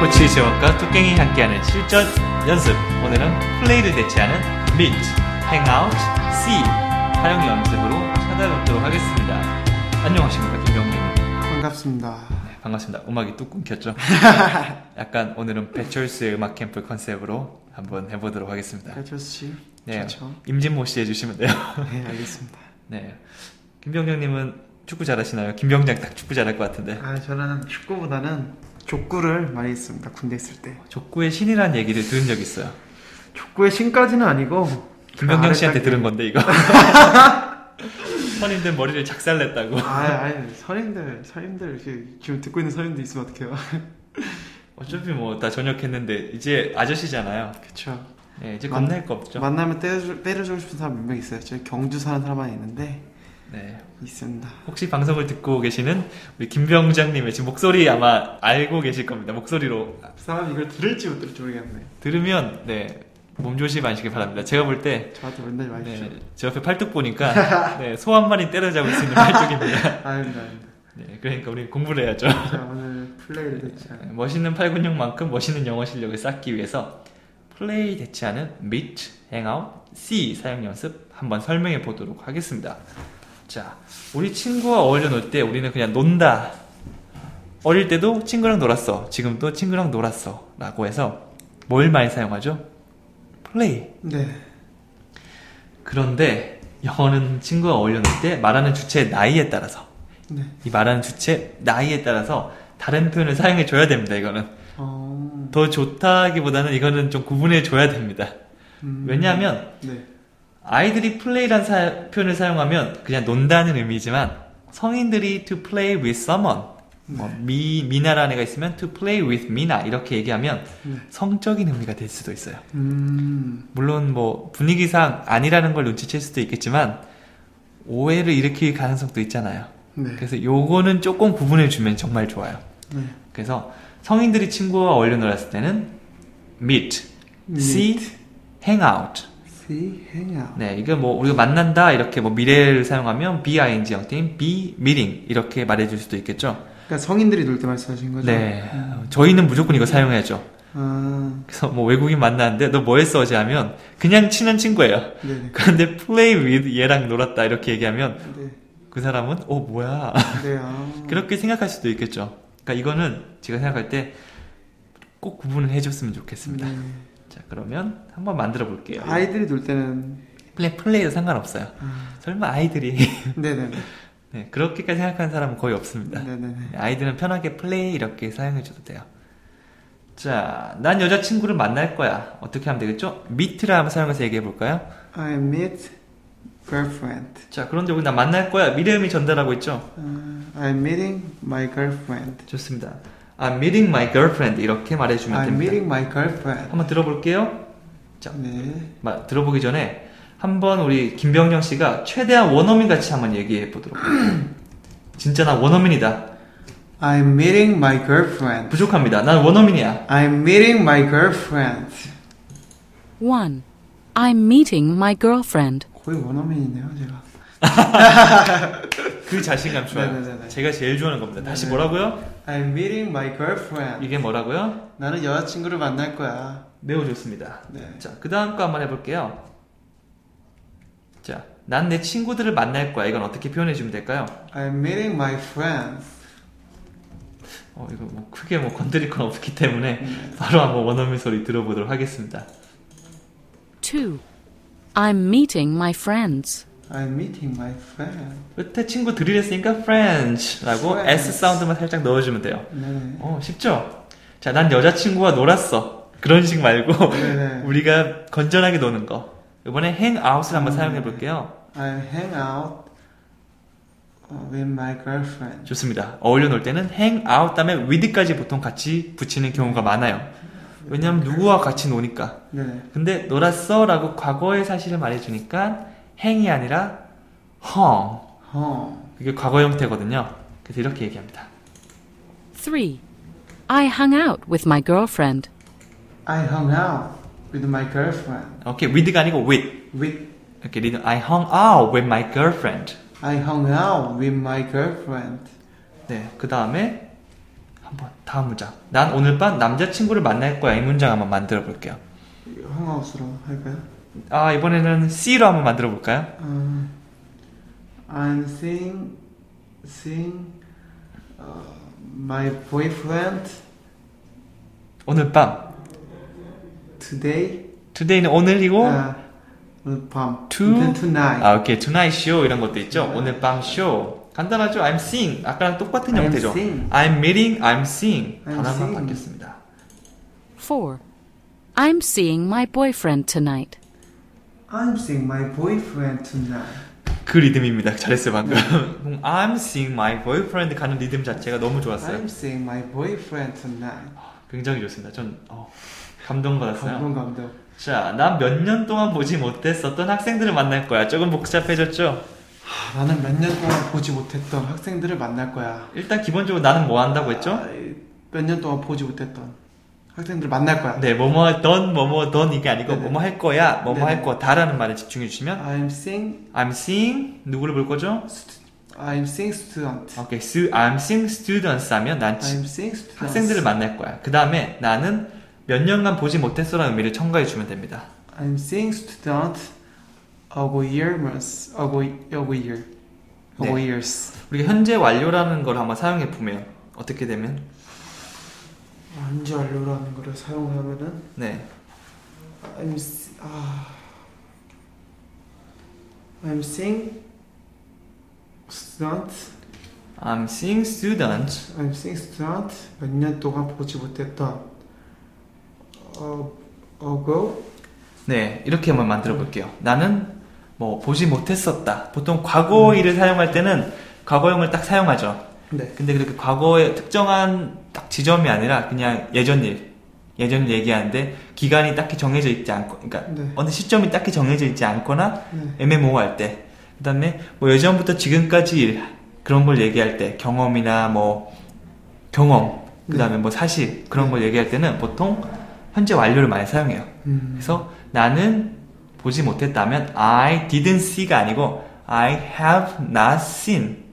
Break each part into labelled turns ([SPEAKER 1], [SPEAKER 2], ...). [SPEAKER 1] 코치 제wak과 뚜깽이 함께하는 실전 연습. 오늘은 플레이를 대체하는 meet, hangout, see 사용 연습으로 찾아뵙도록 하겠습니다. 안녕하십니까 김영민.
[SPEAKER 2] 반갑습니다.
[SPEAKER 1] 네, 반갑습니다. 음악이 뚝 끊겼죠? 약간 오늘은 배철수의 음악 캠프 컨셉으로 한번 해보도록 하겠습니다.
[SPEAKER 2] 배철수 씨.
[SPEAKER 1] 네,
[SPEAKER 2] 좋죠.
[SPEAKER 1] 임진모 씨 해주시면 돼요.
[SPEAKER 2] 그렇죠. 네, 알겠습니다.
[SPEAKER 1] 네, 김병장님은 축구 잘하시나요? 김병장 딱 축구 잘할 것 같은데.
[SPEAKER 2] 아, 저는 축구보다는 족구를 많이 했습니다. 군대 있을 때.
[SPEAKER 1] 족구의 신이라는 얘기를 들은 적 있어요.
[SPEAKER 2] 족구의 신까지는 아니고
[SPEAKER 1] 김병경
[SPEAKER 2] 그
[SPEAKER 1] 씨한테
[SPEAKER 2] 아래까지-
[SPEAKER 1] 들은 건데 이거. 선임들 머리를 작살냈다고.
[SPEAKER 2] 아, 아니, 선임들, 선임들 이렇게 지금 듣고 있는 선임들 있으면 어떡해요?
[SPEAKER 1] 어차피 뭐 다 전역했는데 이제 아저씨잖아요.
[SPEAKER 2] 그쵸.
[SPEAKER 1] 네, 이제
[SPEAKER 2] 만-
[SPEAKER 1] 겁낼 거 없죠.
[SPEAKER 2] 만나면 때려주, 때려주고 싶은 사람 몇 명 있어요. 저 경주 사는 사람 하나 있는데
[SPEAKER 1] 네.
[SPEAKER 2] 있습니다.
[SPEAKER 1] 혹시 방송을 듣고 계시는 우리 김병장님의 지금 목소리 아마 알고 계실 겁니다. 목소리로
[SPEAKER 2] 그 사람이 이걸 들을지 못 들을지 모르겠네.
[SPEAKER 1] 들으면 네 몸조심하시길 바랍니다. 제가 볼 때
[SPEAKER 2] 저한테 맨날 많이 주죠.
[SPEAKER 1] 네, 제 옆에 팔뚝 보니까 네, 소 한 마리 때려잡을 수 있는 팔뚝입니다.
[SPEAKER 2] 아닙니다, 아닙니다.
[SPEAKER 1] 네, 그러니까 우리 공부를 해야죠.
[SPEAKER 2] 자, 오늘 플레이를 대체.
[SPEAKER 1] 네, 멋있는 팔 근육만큼 멋있는 영어 실력을 쌓기 위해서 플레이 대체하는 meet, hangout, see 사용 연습 한번 설명해 보도록 하겠습니다. 자, 우리 친구와 어울려 놀 때 우리는 그냥 논다. 어릴 때도 친구랑 놀았어. 지금도 친구랑 놀았어. 라고 해서 뭘 많이 사용하죠? 플레이.
[SPEAKER 2] 네.
[SPEAKER 1] 그런데 영어는 친구와 어울려 놀 때 말하는 주체의 나이에 따라서
[SPEAKER 2] 네.
[SPEAKER 1] 이 말하는 주체 나이에 따라서 다른 표현을 사용해 줘야 됩니다. 이거는.
[SPEAKER 2] 어.
[SPEAKER 1] 더 좋다기보다는 이거는 좀 구분해 줘야 됩니다.
[SPEAKER 2] 음.
[SPEAKER 1] 왜냐하면
[SPEAKER 2] 네.
[SPEAKER 1] 아이들이 play란 사- 표현을 사용하면 그냥 논다는 의미지만 성인들이 to play with someone,
[SPEAKER 2] 네.
[SPEAKER 1] 뭐 미, 미나라는 애가 있으면 to play with 미나 이렇게 얘기하면
[SPEAKER 2] 네.
[SPEAKER 1] 성적인 의미가 될 수도 있어요.
[SPEAKER 2] 음.
[SPEAKER 1] 물론 뭐 분위기상 아니라는 걸 눈치챌 수도 있겠지만 오해를 일으킬 가능성도 있잖아요.
[SPEAKER 2] 네.
[SPEAKER 1] 그래서 요거는 조금 구분해 주면 정말 좋아요.
[SPEAKER 2] 네.
[SPEAKER 1] 그래서 성인들이 친구와 어울려 놀았을 때는 meet,
[SPEAKER 2] 네.
[SPEAKER 1] see, hang out.
[SPEAKER 2] see, hang out.
[SPEAKER 1] 네, 이게 뭐 우리가 만난다 이렇게 뭐 미래를 사용하면 be ing 형태인 be meeting 이렇게 말해줄 수도 있겠죠.
[SPEAKER 2] 그러니까 성인들이 놀 때 말씀하신 거죠? 음.
[SPEAKER 1] 네, 저희는 무조건 이거 사용해야죠.
[SPEAKER 2] 아,
[SPEAKER 1] 그래서 뭐 외국인 만나는데 너 뭐했어 어제 하면 그냥 친한 친구예요.
[SPEAKER 2] 네네.
[SPEAKER 1] 그런데 play with 얘랑 놀았다 이렇게 얘기하면
[SPEAKER 2] 네.
[SPEAKER 1] 그 사람은 어 뭐야
[SPEAKER 2] 네, 아.
[SPEAKER 1] 그렇게 생각할 수도 있겠죠. 그러니까 이거는 제가 생각할 때 꼭 구분을 해줬으면 좋겠습니다.
[SPEAKER 2] 네.
[SPEAKER 1] 자 그러면 한번 만들어 볼게요.
[SPEAKER 2] 아이들이 놀 때는.
[SPEAKER 1] 플레이 플레이도 상관없어요.
[SPEAKER 2] 아,
[SPEAKER 1] 설마 아이들이
[SPEAKER 2] 네네네.
[SPEAKER 1] 네, 그렇게까지 생각하는 사람은 거의 없습니다.
[SPEAKER 2] 네네네.
[SPEAKER 1] 아이들은 편하게 플레이 이렇게 사용해줘도 돼요. 자, 난 여자친구를 만날 거야. 어떻게 하면 되겠죠? meet라 한번 사용해서 얘기해 볼까요?
[SPEAKER 2] I meet girlfriend.
[SPEAKER 1] 자, 그런데 우리 나 만날 거야. 미래음이 전달하고 있죠?
[SPEAKER 2] 아, I'm meeting my girlfriend.
[SPEAKER 1] 좋습니다. I'm meeting my girlfriend 이렇게 말해주면
[SPEAKER 2] I'm
[SPEAKER 1] 됩니다.
[SPEAKER 2] meeting my girlfriend.
[SPEAKER 1] 한번 들어볼게요. 자,
[SPEAKER 2] 네.
[SPEAKER 1] 마- 들어보기 전에 한번 우리 김병령 씨가 최대한 원어민 같이 한번 얘기해 보도록. 할게요. 진짜 나 원어민이다.
[SPEAKER 2] I'm meeting my girlfriend.
[SPEAKER 1] 부족합니다. 난 원어민이야.
[SPEAKER 2] I'm meeting my girlfriend.
[SPEAKER 3] 1. I'm meeting my girlfriend.
[SPEAKER 2] 거의 원어민이네요, 제가.
[SPEAKER 1] 그 자신감 좋아요.
[SPEAKER 2] 네네네네.
[SPEAKER 1] 제가 제일 좋아하는 겁니다. 다시
[SPEAKER 2] 네네.
[SPEAKER 1] 뭐라고요?
[SPEAKER 2] I'm meeting my girlfriend.
[SPEAKER 1] 이게 뭐라고요?
[SPEAKER 2] 나는 여자친구를 만날 거야.
[SPEAKER 1] 매우 좋습니다.
[SPEAKER 2] 네.
[SPEAKER 1] 자, 그 다음 거 한번 해볼게요. 자, 난 내 친구들을 만날 거야. 이건 어떻게 표현해주면 될까요?
[SPEAKER 2] I'm meeting my friends.
[SPEAKER 1] 어, 이거 뭐 크게 뭐 건드릴 건 없기 때문에 바로 한번 원어민 소리 들어보도록 하겠습니다.
[SPEAKER 3] 2. I'm meeting my friends.
[SPEAKER 2] I'm meeting my friend.
[SPEAKER 1] 끝에 친구 들이랬으니까 French라고
[SPEAKER 2] Friends.
[SPEAKER 1] S 사운드만 살짝 넣어주면 돼요.
[SPEAKER 2] 네.
[SPEAKER 1] 어, 쉽죠? 자, 난 여자친구와 놀았어. 그런 식 말고
[SPEAKER 2] 네네.
[SPEAKER 1] 우리가 건전하게 노는 거. 이번에 행아웃을
[SPEAKER 2] 음.
[SPEAKER 1] 한번 사용해 볼게요.
[SPEAKER 2] I hang out with my girlfriend.
[SPEAKER 1] 좋습니다. 어울려 놀 때는 hang out 다음에 with까지 보통 같이 붙이는 경우가 많아요. 왜냐면 누구와 같이 노니까.
[SPEAKER 2] 네.
[SPEAKER 1] 근데 놀았어 라고 과거의 사실을 말해주니까 hang이 아니라 hung.
[SPEAKER 2] Home.
[SPEAKER 1] 그게 과거 형태거든요. 그래서 이렇게 얘기합니다.
[SPEAKER 3] 3. I hung out with my girlfriend.
[SPEAKER 2] I hung out with my girlfriend.
[SPEAKER 1] 오케이, with가 아니고 with.
[SPEAKER 2] With
[SPEAKER 1] 이렇게 리듬. I hung out with my girlfriend.
[SPEAKER 2] I hung out with my girlfriend.
[SPEAKER 1] 네, 그 다음에 한번 다음 문장. 난 오늘 밤 남자친구를 만날 거야. 이 문장 한번 만들어 볼게요.
[SPEAKER 2] 헝아웃으로 할까요?
[SPEAKER 1] 아, 이번에는 C로 한번 만들어 볼까요?
[SPEAKER 2] 아, I'm seeing seeing uh, my boyfriend
[SPEAKER 1] 오늘 밤.
[SPEAKER 2] today.
[SPEAKER 1] Today는 오늘이고
[SPEAKER 2] 아, 오늘 밤.
[SPEAKER 1] To-
[SPEAKER 2] Then tonight.
[SPEAKER 1] 아, 오케이. Tonight show 이런 것도 있죠. 오늘 밤 쇼. 간단하죠? I'm seeing. 아까랑 똑같은
[SPEAKER 2] I'm
[SPEAKER 1] 형태죠.
[SPEAKER 2] seeing.
[SPEAKER 1] I'm meeting, I'm seeing.
[SPEAKER 2] I'm
[SPEAKER 1] 단어만
[SPEAKER 2] seeing.
[SPEAKER 1] 바뀌었습니다.
[SPEAKER 3] 4. I'm seeing my boyfriend tonight.
[SPEAKER 2] I'm seeing my boyfriend tonight.
[SPEAKER 1] 그 리듬입니다. 잘했어요,
[SPEAKER 2] 네.
[SPEAKER 1] 방금. 그럼 I'm seeing my boyfriend 가는 리듬 자체가 너무 좋았어요.
[SPEAKER 2] I'm seeing my boyfriend tonight.
[SPEAKER 1] 굉장히 좋습니다. 전 어, 감동받았어요.
[SPEAKER 2] 감동 감동.
[SPEAKER 1] 자, 난 몇 년 동안 보지 못했었던 학생들을 만날 거야. 조금 복잡해졌죠?
[SPEAKER 2] 아, 나는 몇 년 동안 보지 못했던 학생들을 만날 거야.
[SPEAKER 1] 일단 기본적으로 나는 뭐 한다고 했죠?
[SPEAKER 2] 몇 년 동안 보지 못했던 학생들을 만날 거야.
[SPEAKER 1] 네, 뭐뭐 던, 뭐뭐 던 이게 아니고
[SPEAKER 2] 네네.
[SPEAKER 1] 뭐뭐 할 거야, 뭐뭐
[SPEAKER 2] 네네.
[SPEAKER 1] 할 거다라는 말에 집중해 주시면
[SPEAKER 2] I'm seeing
[SPEAKER 1] I'm seeing 누구를 볼 거죠?
[SPEAKER 2] I'm seeing student.
[SPEAKER 1] 오케이, 스- I'm seeing students 하면 난 지-
[SPEAKER 2] I'm seeing students.
[SPEAKER 1] 학생들을 만날 거야. 그 다음에 나는 몇 년간 보지 못했어라는 의미를 첨가해 주면 됩니다.
[SPEAKER 2] I'm seeing student ago year months ago ago year ago
[SPEAKER 1] 네.
[SPEAKER 2] years.
[SPEAKER 1] 우리가 현재 완료라는 걸 한번 사용해 보면 어떻게 되면
[SPEAKER 2] 언제 완료라는 거를 사용하면은
[SPEAKER 1] 네.
[SPEAKER 2] I'm s- 아 I'm seeing student
[SPEAKER 1] I'm seeing students
[SPEAKER 2] I'm seeing student 몇 년 동안 보지 못했던 어 ago
[SPEAKER 1] 네, 이렇게 한번 만들어 볼게요. 나는 뭐 보지 못했었다. 보통
[SPEAKER 2] 음.
[SPEAKER 1] 과거일을 사용할 때는 과거형을 딱 사용하죠.
[SPEAKER 2] 네
[SPEAKER 1] 근데 그렇게 과거의 특정한 딱 지점이 아니라 그냥 예전 일, 예전 일 얘기하는데 기간이 딱히 정해져 있지 않고, 그러니까
[SPEAKER 2] 네.
[SPEAKER 1] 어느 시점이 딱히 정해져 있지 않거나
[SPEAKER 2] 네.
[SPEAKER 1] 애매모호할 때, 그다음에 뭐 예전부터 지금까지 일 그런 걸 얘기할 때 경험이나 뭐 경험, 그다음에 뭐 사실 그런 걸 얘기할 때는 보통 현재 완료를 많이 사용해요.
[SPEAKER 2] 음,
[SPEAKER 1] 그래서 나는 보지 못했다면 I didn't see가 아니고 I have not seen.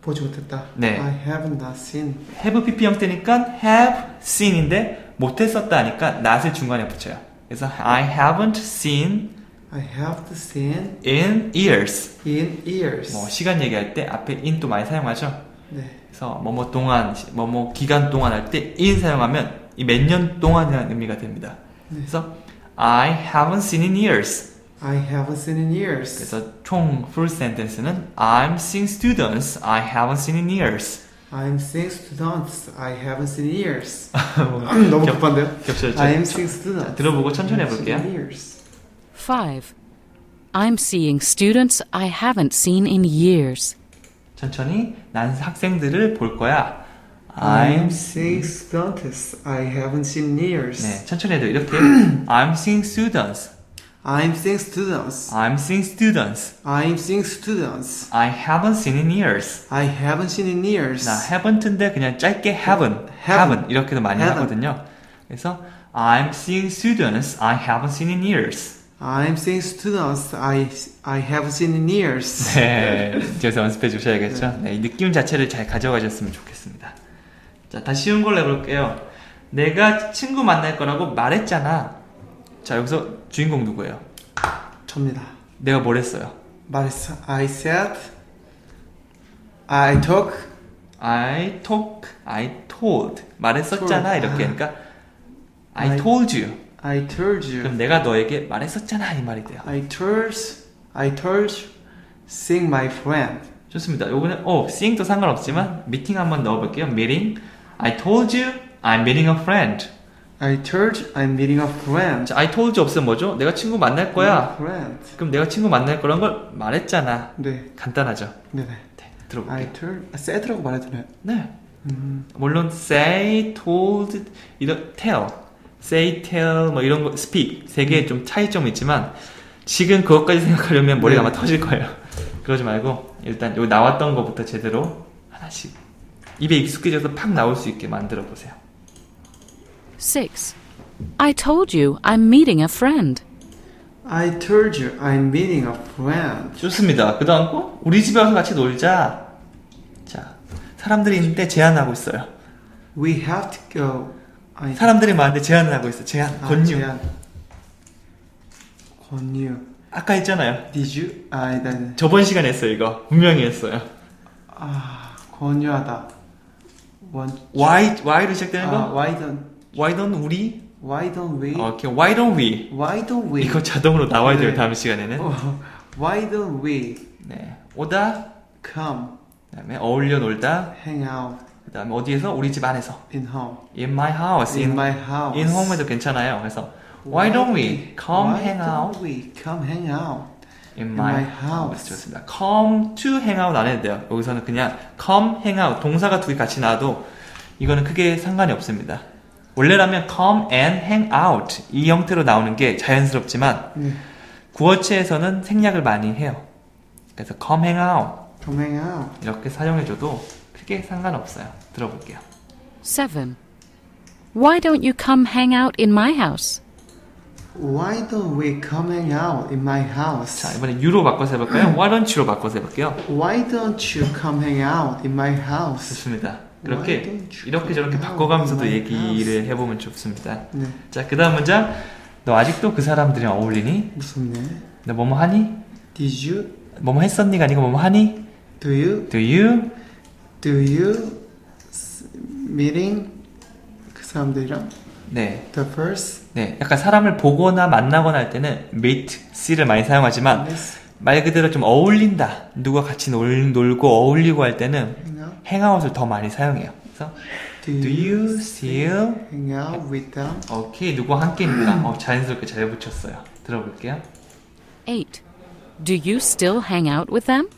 [SPEAKER 2] 보지 못했다.
[SPEAKER 1] 네.
[SPEAKER 2] I have not seen.
[SPEAKER 1] have pp 형태니까 have seen인데 못했었다니까 not을 중간에 붙여요. 그래서 I haven't seen
[SPEAKER 2] I have seen
[SPEAKER 1] in years.
[SPEAKER 2] in years.
[SPEAKER 1] 뭐 시간 얘기할 때 앞에 in 또 많이 사용하죠.
[SPEAKER 2] 네.
[SPEAKER 1] 그래서 뭐뭐 동안, 뭐뭐 기간 동안 할 때 in 사용하면 이 몇 년 동안이라는 의미가 됩니다.
[SPEAKER 2] 네.
[SPEAKER 1] 그래서 I haven't seen in years.
[SPEAKER 2] I haven't seen in years.
[SPEAKER 1] 그래서 총 풀 센텐스는 I'm seeing students I haven't seen in years.
[SPEAKER 2] I'm seeing students. I haven't seen in years.
[SPEAKER 1] 뭐,
[SPEAKER 2] 너무
[SPEAKER 1] 겹-
[SPEAKER 2] 급한데요?
[SPEAKER 1] 겹쳐졌죠.
[SPEAKER 2] I am seeing students.
[SPEAKER 1] 들어보고 천천히
[SPEAKER 2] I haven't seen
[SPEAKER 1] 해볼게요.
[SPEAKER 2] in years.
[SPEAKER 3] 5. I'm seeing students I haven't seen in years.
[SPEAKER 1] 천천히 난 학생들을 볼 거야. I'm
[SPEAKER 2] I'm seeing students. I haven't seen in years.
[SPEAKER 1] 네 천천히 해도 이렇게 I'm seeing students
[SPEAKER 2] I'm seeing students.
[SPEAKER 1] I'm seeing students
[SPEAKER 2] I'm seeing students.
[SPEAKER 1] I haven't seen in years.
[SPEAKER 2] I haven't seen in years.
[SPEAKER 1] 나 haven't인데 그냥 짧게 haven't haven't 이렇게도 많이
[SPEAKER 2] haven't.
[SPEAKER 1] 하거든요. 그래서 I'm seeing students I haven't seen in years.
[SPEAKER 2] I'm seeing students. I I haven't seen in years.
[SPEAKER 1] 네, 뒤에서 연습해 주셔야겠죠. 네, 이 느낌 자체를 잘 가져가셨으면 좋겠습니다. 자, 다시 쉬운 걸로 해볼게요. 내가 친구 만날 거라고 말했잖아. 자, 여기서 주인공 누구예요?
[SPEAKER 2] 접니다.
[SPEAKER 1] 내가 뭘 했어요?
[SPEAKER 2] 말했어. I said. I talk.
[SPEAKER 1] I talk, I told. 말했었잖아.
[SPEAKER 2] Told.
[SPEAKER 1] 이렇게.
[SPEAKER 2] 아.
[SPEAKER 1] 그러니까, I
[SPEAKER 2] I-
[SPEAKER 1] told you.
[SPEAKER 2] I told you.
[SPEAKER 1] 그럼 내가 너에게 말했었잖아. 이 말이 돼요.
[SPEAKER 2] I told, I told, seeing my friend.
[SPEAKER 1] 좋습니다. 요거는, 어, seeing도 상관없지만, meeting 한번 넣어볼게요. meeting. I told you, I'm meeting a friend.
[SPEAKER 2] I told I'm meeting a friend.
[SPEAKER 1] 자, I told you 없으면 뭐죠? 내가 친구 만날 거야.
[SPEAKER 2] My friend.
[SPEAKER 1] 그럼 내가 친구 만날 거란 걸 말했잖아.
[SPEAKER 2] 네,
[SPEAKER 1] 간단하죠.
[SPEAKER 2] 네네.
[SPEAKER 1] 네, 들어볼게요.
[SPEAKER 2] I told, said라고 말했잖아요.
[SPEAKER 1] 네.
[SPEAKER 2] 음,
[SPEAKER 1] 물론 say, told, 이런 tell, say, tell 뭐 이런 거 speak 세
[SPEAKER 2] 음.
[SPEAKER 1] 개의 좀 차이점이 있지만 지금 그것까지 생각하려면 머리가
[SPEAKER 2] 네.
[SPEAKER 1] 아마 터질 거예요. 그러지 말고 일단 여기 나왔던 거부터 제대로 하나씩 입에 익숙해져서 팍 나올 수 있게 만들어 보세요.
[SPEAKER 3] 6. I told you I'm meeting a friend.
[SPEAKER 2] I told you I'm meeting a friend.
[SPEAKER 1] 좋습니다. 그다음 거 우리 집에 와서 같이 놀자. 자, 사람들이 있는데 제안하고 있어요.
[SPEAKER 2] We have to go. 아니,
[SPEAKER 1] 사람들이 많은데 제안을 하고 있어. 제안.
[SPEAKER 2] 아,
[SPEAKER 1] 권유.
[SPEAKER 2] 제안. 권유.
[SPEAKER 1] 아까 했잖아요.
[SPEAKER 2] Did you? 아, 일단
[SPEAKER 1] 저번 시간에 했어요, 이거. 분명히 했어요.
[SPEAKER 2] 아, 권유하다. 원.
[SPEAKER 1] Why, why로 시작되는
[SPEAKER 2] 아,
[SPEAKER 1] 거?
[SPEAKER 2] why don't
[SPEAKER 1] Why don't we?
[SPEAKER 2] Why don't we?
[SPEAKER 1] 어, 오케이. Why don't we?
[SPEAKER 2] Why don't we?
[SPEAKER 1] 이거 자동으로 나와야 돼요,
[SPEAKER 2] 네.
[SPEAKER 1] 다음 시간에는.
[SPEAKER 2] 어, Why don't we
[SPEAKER 1] 네. 오다.
[SPEAKER 2] come
[SPEAKER 1] 그다음에 어울려 놀다.
[SPEAKER 2] hang out
[SPEAKER 1] 그다음에 어디에서? 우리 집 안에서.
[SPEAKER 2] in home?
[SPEAKER 1] In my house.
[SPEAKER 2] In
[SPEAKER 1] In,
[SPEAKER 2] my house.
[SPEAKER 1] in home에도 괜찮아요. 그래서 Why don't we come
[SPEAKER 2] Why
[SPEAKER 1] hang
[SPEAKER 2] don't
[SPEAKER 1] out
[SPEAKER 2] we come hang out?
[SPEAKER 1] in
[SPEAKER 2] in
[SPEAKER 1] my
[SPEAKER 2] my house.
[SPEAKER 1] house? 좋습니다. Come to hang out 안 해도 돼요. 여기서는 그냥 come hang out 동사가 두 개 같이 나와도 이거는 크게 상관이 없습니다. 원래라면 come and hang out 이 형태로 나오는 게 자연스럽지만
[SPEAKER 2] 네.
[SPEAKER 1] 구어체에서는 생략을 많이 해요. 그래서 come hang out
[SPEAKER 2] Come hang out.
[SPEAKER 1] 이렇게 사용해줘도 크게 상관없어요. 들어볼게요.
[SPEAKER 3] 7. Why don't you come hang out in my house?
[SPEAKER 2] Why don't we come hang out in my house?
[SPEAKER 1] 자 이번에 유로 바꿔서
[SPEAKER 2] 음.
[SPEAKER 1] 해볼까요? Why don't you로 바꿔서 해볼게요.
[SPEAKER 2] Why don't you come hang out in my house?
[SPEAKER 1] 좋습니다.
[SPEAKER 2] Why
[SPEAKER 1] 그렇게
[SPEAKER 2] don't you
[SPEAKER 1] 이렇게 저렇게
[SPEAKER 2] come out
[SPEAKER 1] 바꿔가면서도
[SPEAKER 2] in my
[SPEAKER 1] 얘기를 해보면 좋습니다.
[SPEAKER 2] 네,
[SPEAKER 1] 자 그다음 문장 너 아직도 그 사람들이랑 어울리니?
[SPEAKER 2] 무섭네.
[SPEAKER 1] 너 뭐뭐 하니?
[SPEAKER 2] Did you?
[SPEAKER 1] 뭐뭐 했었니가 아니고 뭐뭐 하니?
[SPEAKER 2] Do you?
[SPEAKER 1] Do you?
[SPEAKER 2] Do you s- meeting 그 사람들이랑
[SPEAKER 1] 네,
[SPEAKER 2] the first
[SPEAKER 1] 네. 약간 사람을 보거나 만나거나 할 때는 meet, see를 많이 사용하지만
[SPEAKER 2] this
[SPEAKER 1] 말 그대로 좀 어울린다. 누가 같이 놀, 놀고 어울리고 할 때는
[SPEAKER 2] hang out?
[SPEAKER 1] 행아웃을 더 많이 사용해요. 그래서
[SPEAKER 2] Do
[SPEAKER 1] Do
[SPEAKER 2] you
[SPEAKER 1] you still?
[SPEAKER 2] hang out with them?
[SPEAKER 1] 오케이 누구와 함께입니다. 어, 자연스럽게 잘 붙였어요. 들어볼게요.
[SPEAKER 3] 8. Do you still hang out with them?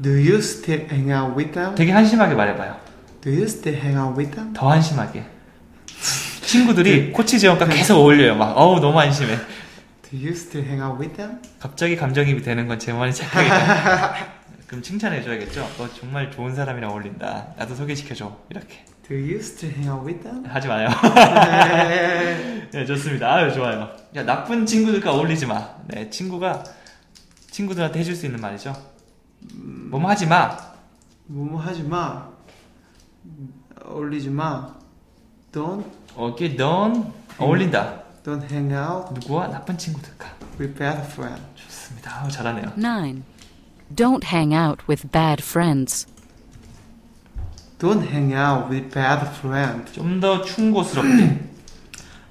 [SPEAKER 2] Do you still hang out with them?
[SPEAKER 1] 되게 한심하게 말해봐요.
[SPEAKER 2] Do you still hang out with them?
[SPEAKER 1] 더 한심하게. 친구들이 코치 지원과 계속 어울려요. 막 어우 너무 한심해.
[SPEAKER 2] Do you still hang out with them?
[SPEAKER 1] 갑자기 감정입이 되는 건 제 말이 착각이다. 그럼 칭찬해줘야겠죠? 너 정말 좋은 사람이랑 어울린다. 나도 소개시켜줘. 이렇게.
[SPEAKER 2] Do you still hang out with them?
[SPEAKER 1] 하지 마요. 네, 좋습니다. 아유, 좋아요. 야, 나쁜 친구들과 어울리지 마. 네, 친구가 친구들한테 해줄 수 있는 말이죠. 뭐뭐 하지 마.
[SPEAKER 2] 뭐뭐 하지 마. 어울리지 마. Don't
[SPEAKER 1] 오케이, 넌 어울린다.
[SPEAKER 2] don't hang out
[SPEAKER 1] 누구와 나쁜 친구들과.
[SPEAKER 2] with bad friends.
[SPEAKER 1] 좋습니다. 아우, 잘하네요.
[SPEAKER 3] 9. Don't hang out with bad friends.
[SPEAKER 2] Don't hang out with bad friends.
[SPEAKER 1] 좀 더 충고스럽게.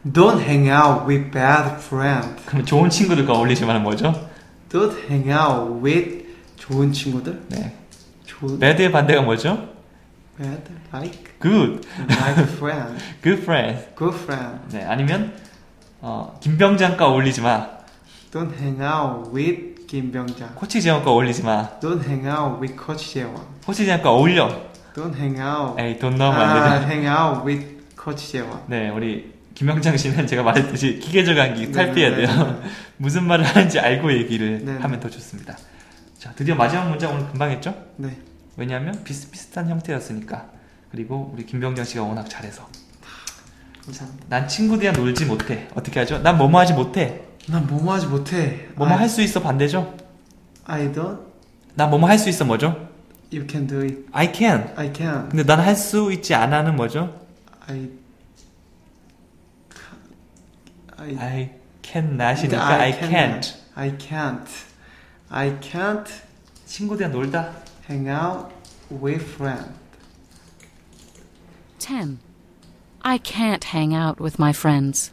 [SPEAKER 2] Don't hang out with bad friends.
[SPEAKER 1] 그럼 좋은 친구들과 어울리지만은 뭐죠?
[SPEAKER 2] Don't hang out with 좋은 친구들.
[SPEAKER 1] 네.
[SPEAKER 2] 좋은
[SPEAKER 1] bad의 반대가 뭐죠?
[SPEAKER 2] bad like
[SPEAKER 1] good.
[SPEAKER 2] like friend.
[SPEAKER 1] good friends.
[SPEAKER 2] Good friend.
[SPEAKER 1] 네, 아니면 어, 김병장과 어울리지 마.
[SPEAKER 2] Don't hang out with 김병장.
[SPEAKER 1] 코치 재원과 어울리지 마.
[SPEAKER 2] Don't hang out with 코치 재원.
[SPEAKER 1] 코치 재원과 어울려.
[SPEAKER 2] Don't hang out.
[SPEAKER 1] 에이, 돈 넣으면 안 되잖아.
[SPEAKER 2] 아, hang out with 코치 재원.
[SPEAKER 1] 네, 우리 김영장 씨는 제가 말했듯이 기계적 감기
[SPEAKER 2] 네,
[SPEAKER 1] 탈피해야
[SPEAKER 2] 네,
[SPEAKER 1] 돼요. 무슨 말을 하는지 알고 얘기를
[SPEAKER 2] 네, 네.
[SPEAKER 1] 하면 더 좋습니다. 자, 드디어 마지막 문장 오늘 금방 했죠?
[SPEAKER 2] 네.
[SPEAKER 1] 왜냐하면 비슷비슷한 형태였으니까. 그리고 우리 김병장 씨가 워낙 잘해서.
[SPEAKER 2] 감사합니다.
[SPEAKER 1] 난 친구들이랑 놀지 못해. 어떻게 하죠? 난 뭐뭐 하지 못해.
[SPEAKER 2] 난 뭐뭐 하지 못해.
[SPEAKER 1] 뭐뭐
[SPEAKER 2] I-
[SPEAKER 1] 할 수 있어 반대죠?
[SPEAKER 2] I don't.
[SPEAKER 1] 난 뭐뭐 할 수 있어 뭐죠?
[SPEAKER 2] You can do it.
[SPEAKER 1] I can.
[SPEAKER 2] I can.
[SPEAKER 1] 근데 난 할 수 있지 않아는 뭐죠?
[SPEAKER 2] I. I.
[SPEAKER 1] I can not이니까 I, can't.
[SPEAKER 2] I can't. I can't
[SPEAKER 1] 친구들이랑 놀다.
[SPEAKER 2] hang out with friends.
[SPEAKER 3] 10. I can't hang out with my friends.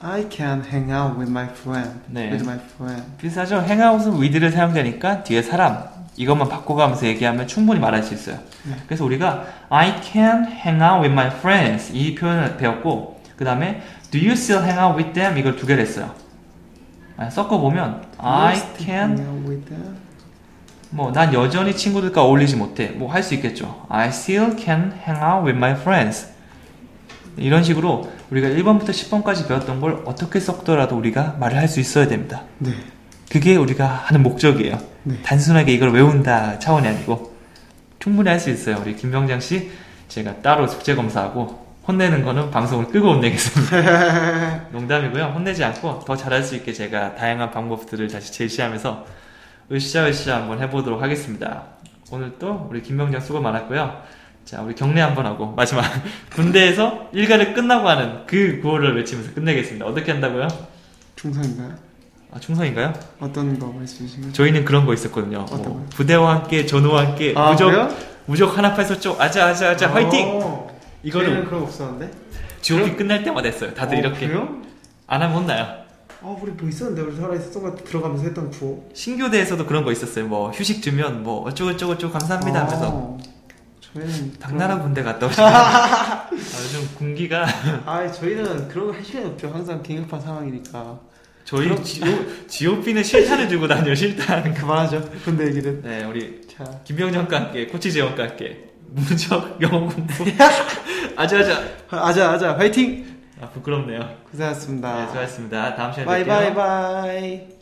[SPEAKER 2] I can hang out with my friend.
[SPEAKER 1] 네.
[SPEAKER 2] With my friend.
[SPEAKER 1] 비슷하죠? 행아웃은 위드를 사용되니까 뒤에 사람 이것만 바꿔가면서 얘기하면 충분히 말할 수 있어요.
[SPEAKER 2] 네.
[SPEAKER 1] 그래서 우리가 I can hang out with my friends 이 표현을 배웠고 그 다음에 Do you still hang out with them 이걸 두 개를 했어요. 아, 섞어 보면 I
[SPEAKER 2] Just
[SPEAKER 1] can
[SPEAKER 2] hang out with them.
[SPEAKER 1] 뭐 난 여전히 친구들과 어울리지 못해 뭐 할 수 있겠죠. I still can hang out with my friends 이런 식으로 우리가 1번부터 10번까지 배웠던 걸 어떻게 섞더라도 우리가 말을 할 수 있어야 됩니다.
[SPEAKER 2] 네.
[SPEAKER 1] 그게 우리가 하는 목적이에요.
[SPEAKER 2] 네.
[SPEAKER 1] 단순하게 이걸 외운다 차원이 아니고 충분히 할 수 있어요. 우리 김병장 씨 제가 따로 숙제 검사하고 혼내는 거는 방송을 끄고 혼내겠습니다. 농담이고요. 혼내지 않고 더 잘할 수 있게 제가 다양한 방법들을 다시 제시하면서 으쌰으쌰 한번 해보도록 하겠습니다. 오늘 또 우리 김병장 수고 많았고요. 자, 우리 경례 한번 하고 마지막 군대에서 일가를 끝나고 하는 그 구호를 외치면서 끝내겠습니다. 어떻게 한다고요?
[SPEAKER 2] 중상인가요?
[SPEAKER 1] 아, 충성인가요?
[SPEAKER 2] 어떤 거 말씀이신가요?
[SPEAKER 1] 저희는 그런 거 있었거든요. 뭐,
[SPEAKER 2] 어떤 거요?
[SPEAKER 1] 부대와 함께 전우와 함께
[SPEAKER 2] 아,
[SPEAKER 1] 예, 무적
[SPEAKER 2] 그래요?
[SPEAKER 1] 무적 하나 팔서 쪽 아자 아자 아자 화이팅
[SPEAKER 2] 어, 저희는
[SPEAKER 1] 이거를
[SPEAKER 2] 그런 거 없었는데.
[SPEAKER 1] GOP 끝날 때마다 했어요. 다들
[SPEAKER 2] 어,
[SPEAKER 1] 이렇게
[SPEAKER 2] 그래요?
[SPEAKER 1] 안 하면 혼나요.
[SPEAKER 2] 아 우리 뭐 있었는데 우리 살아 있었던 거 들어가면서 했던 구호.
[SPEAKER 1] 신교대에서도 그런 거 있었어요. 뭐 휴식 주면 뭐 어쩌고 저쩌고 저쩌고 감사합니다 하면서
[SPEAKER 2] 아, 저희는
[SPEAKER 1] 당나라 군대 갔다 오시고 아, 요즘 군기가
[SPEAKER 2] 그런- 아 저희는 그런 거 할 시간이 없죠. 항상 긴급한 상황이니까.
[SPEAKER 1] 저희 GOP는 실탄을 들고 다녀요. 실탄.
[SPEAKER 2] 그만하죠. 군대 얘기는.
[SPEAKER 1] 네 우리
[SPEAKER 2] 자
[SPEAKER 1] 김병정과 함께 코치 재원과 함께 무적 영어 공부 아자아자
[SPEAKER 2] 아자 아자 화이팅.
[SPEAKER 1] 아 부끄럽네요.
[SPEAKER 2] 고생하셨습니다.
[SPEAKER 1] 네, 수고하셨습니다. 다음 시간에
[SPEAKER 2] 바이
[SPEAKER 1] 뵐게요.
[SPEAKER 2] 바이 바이.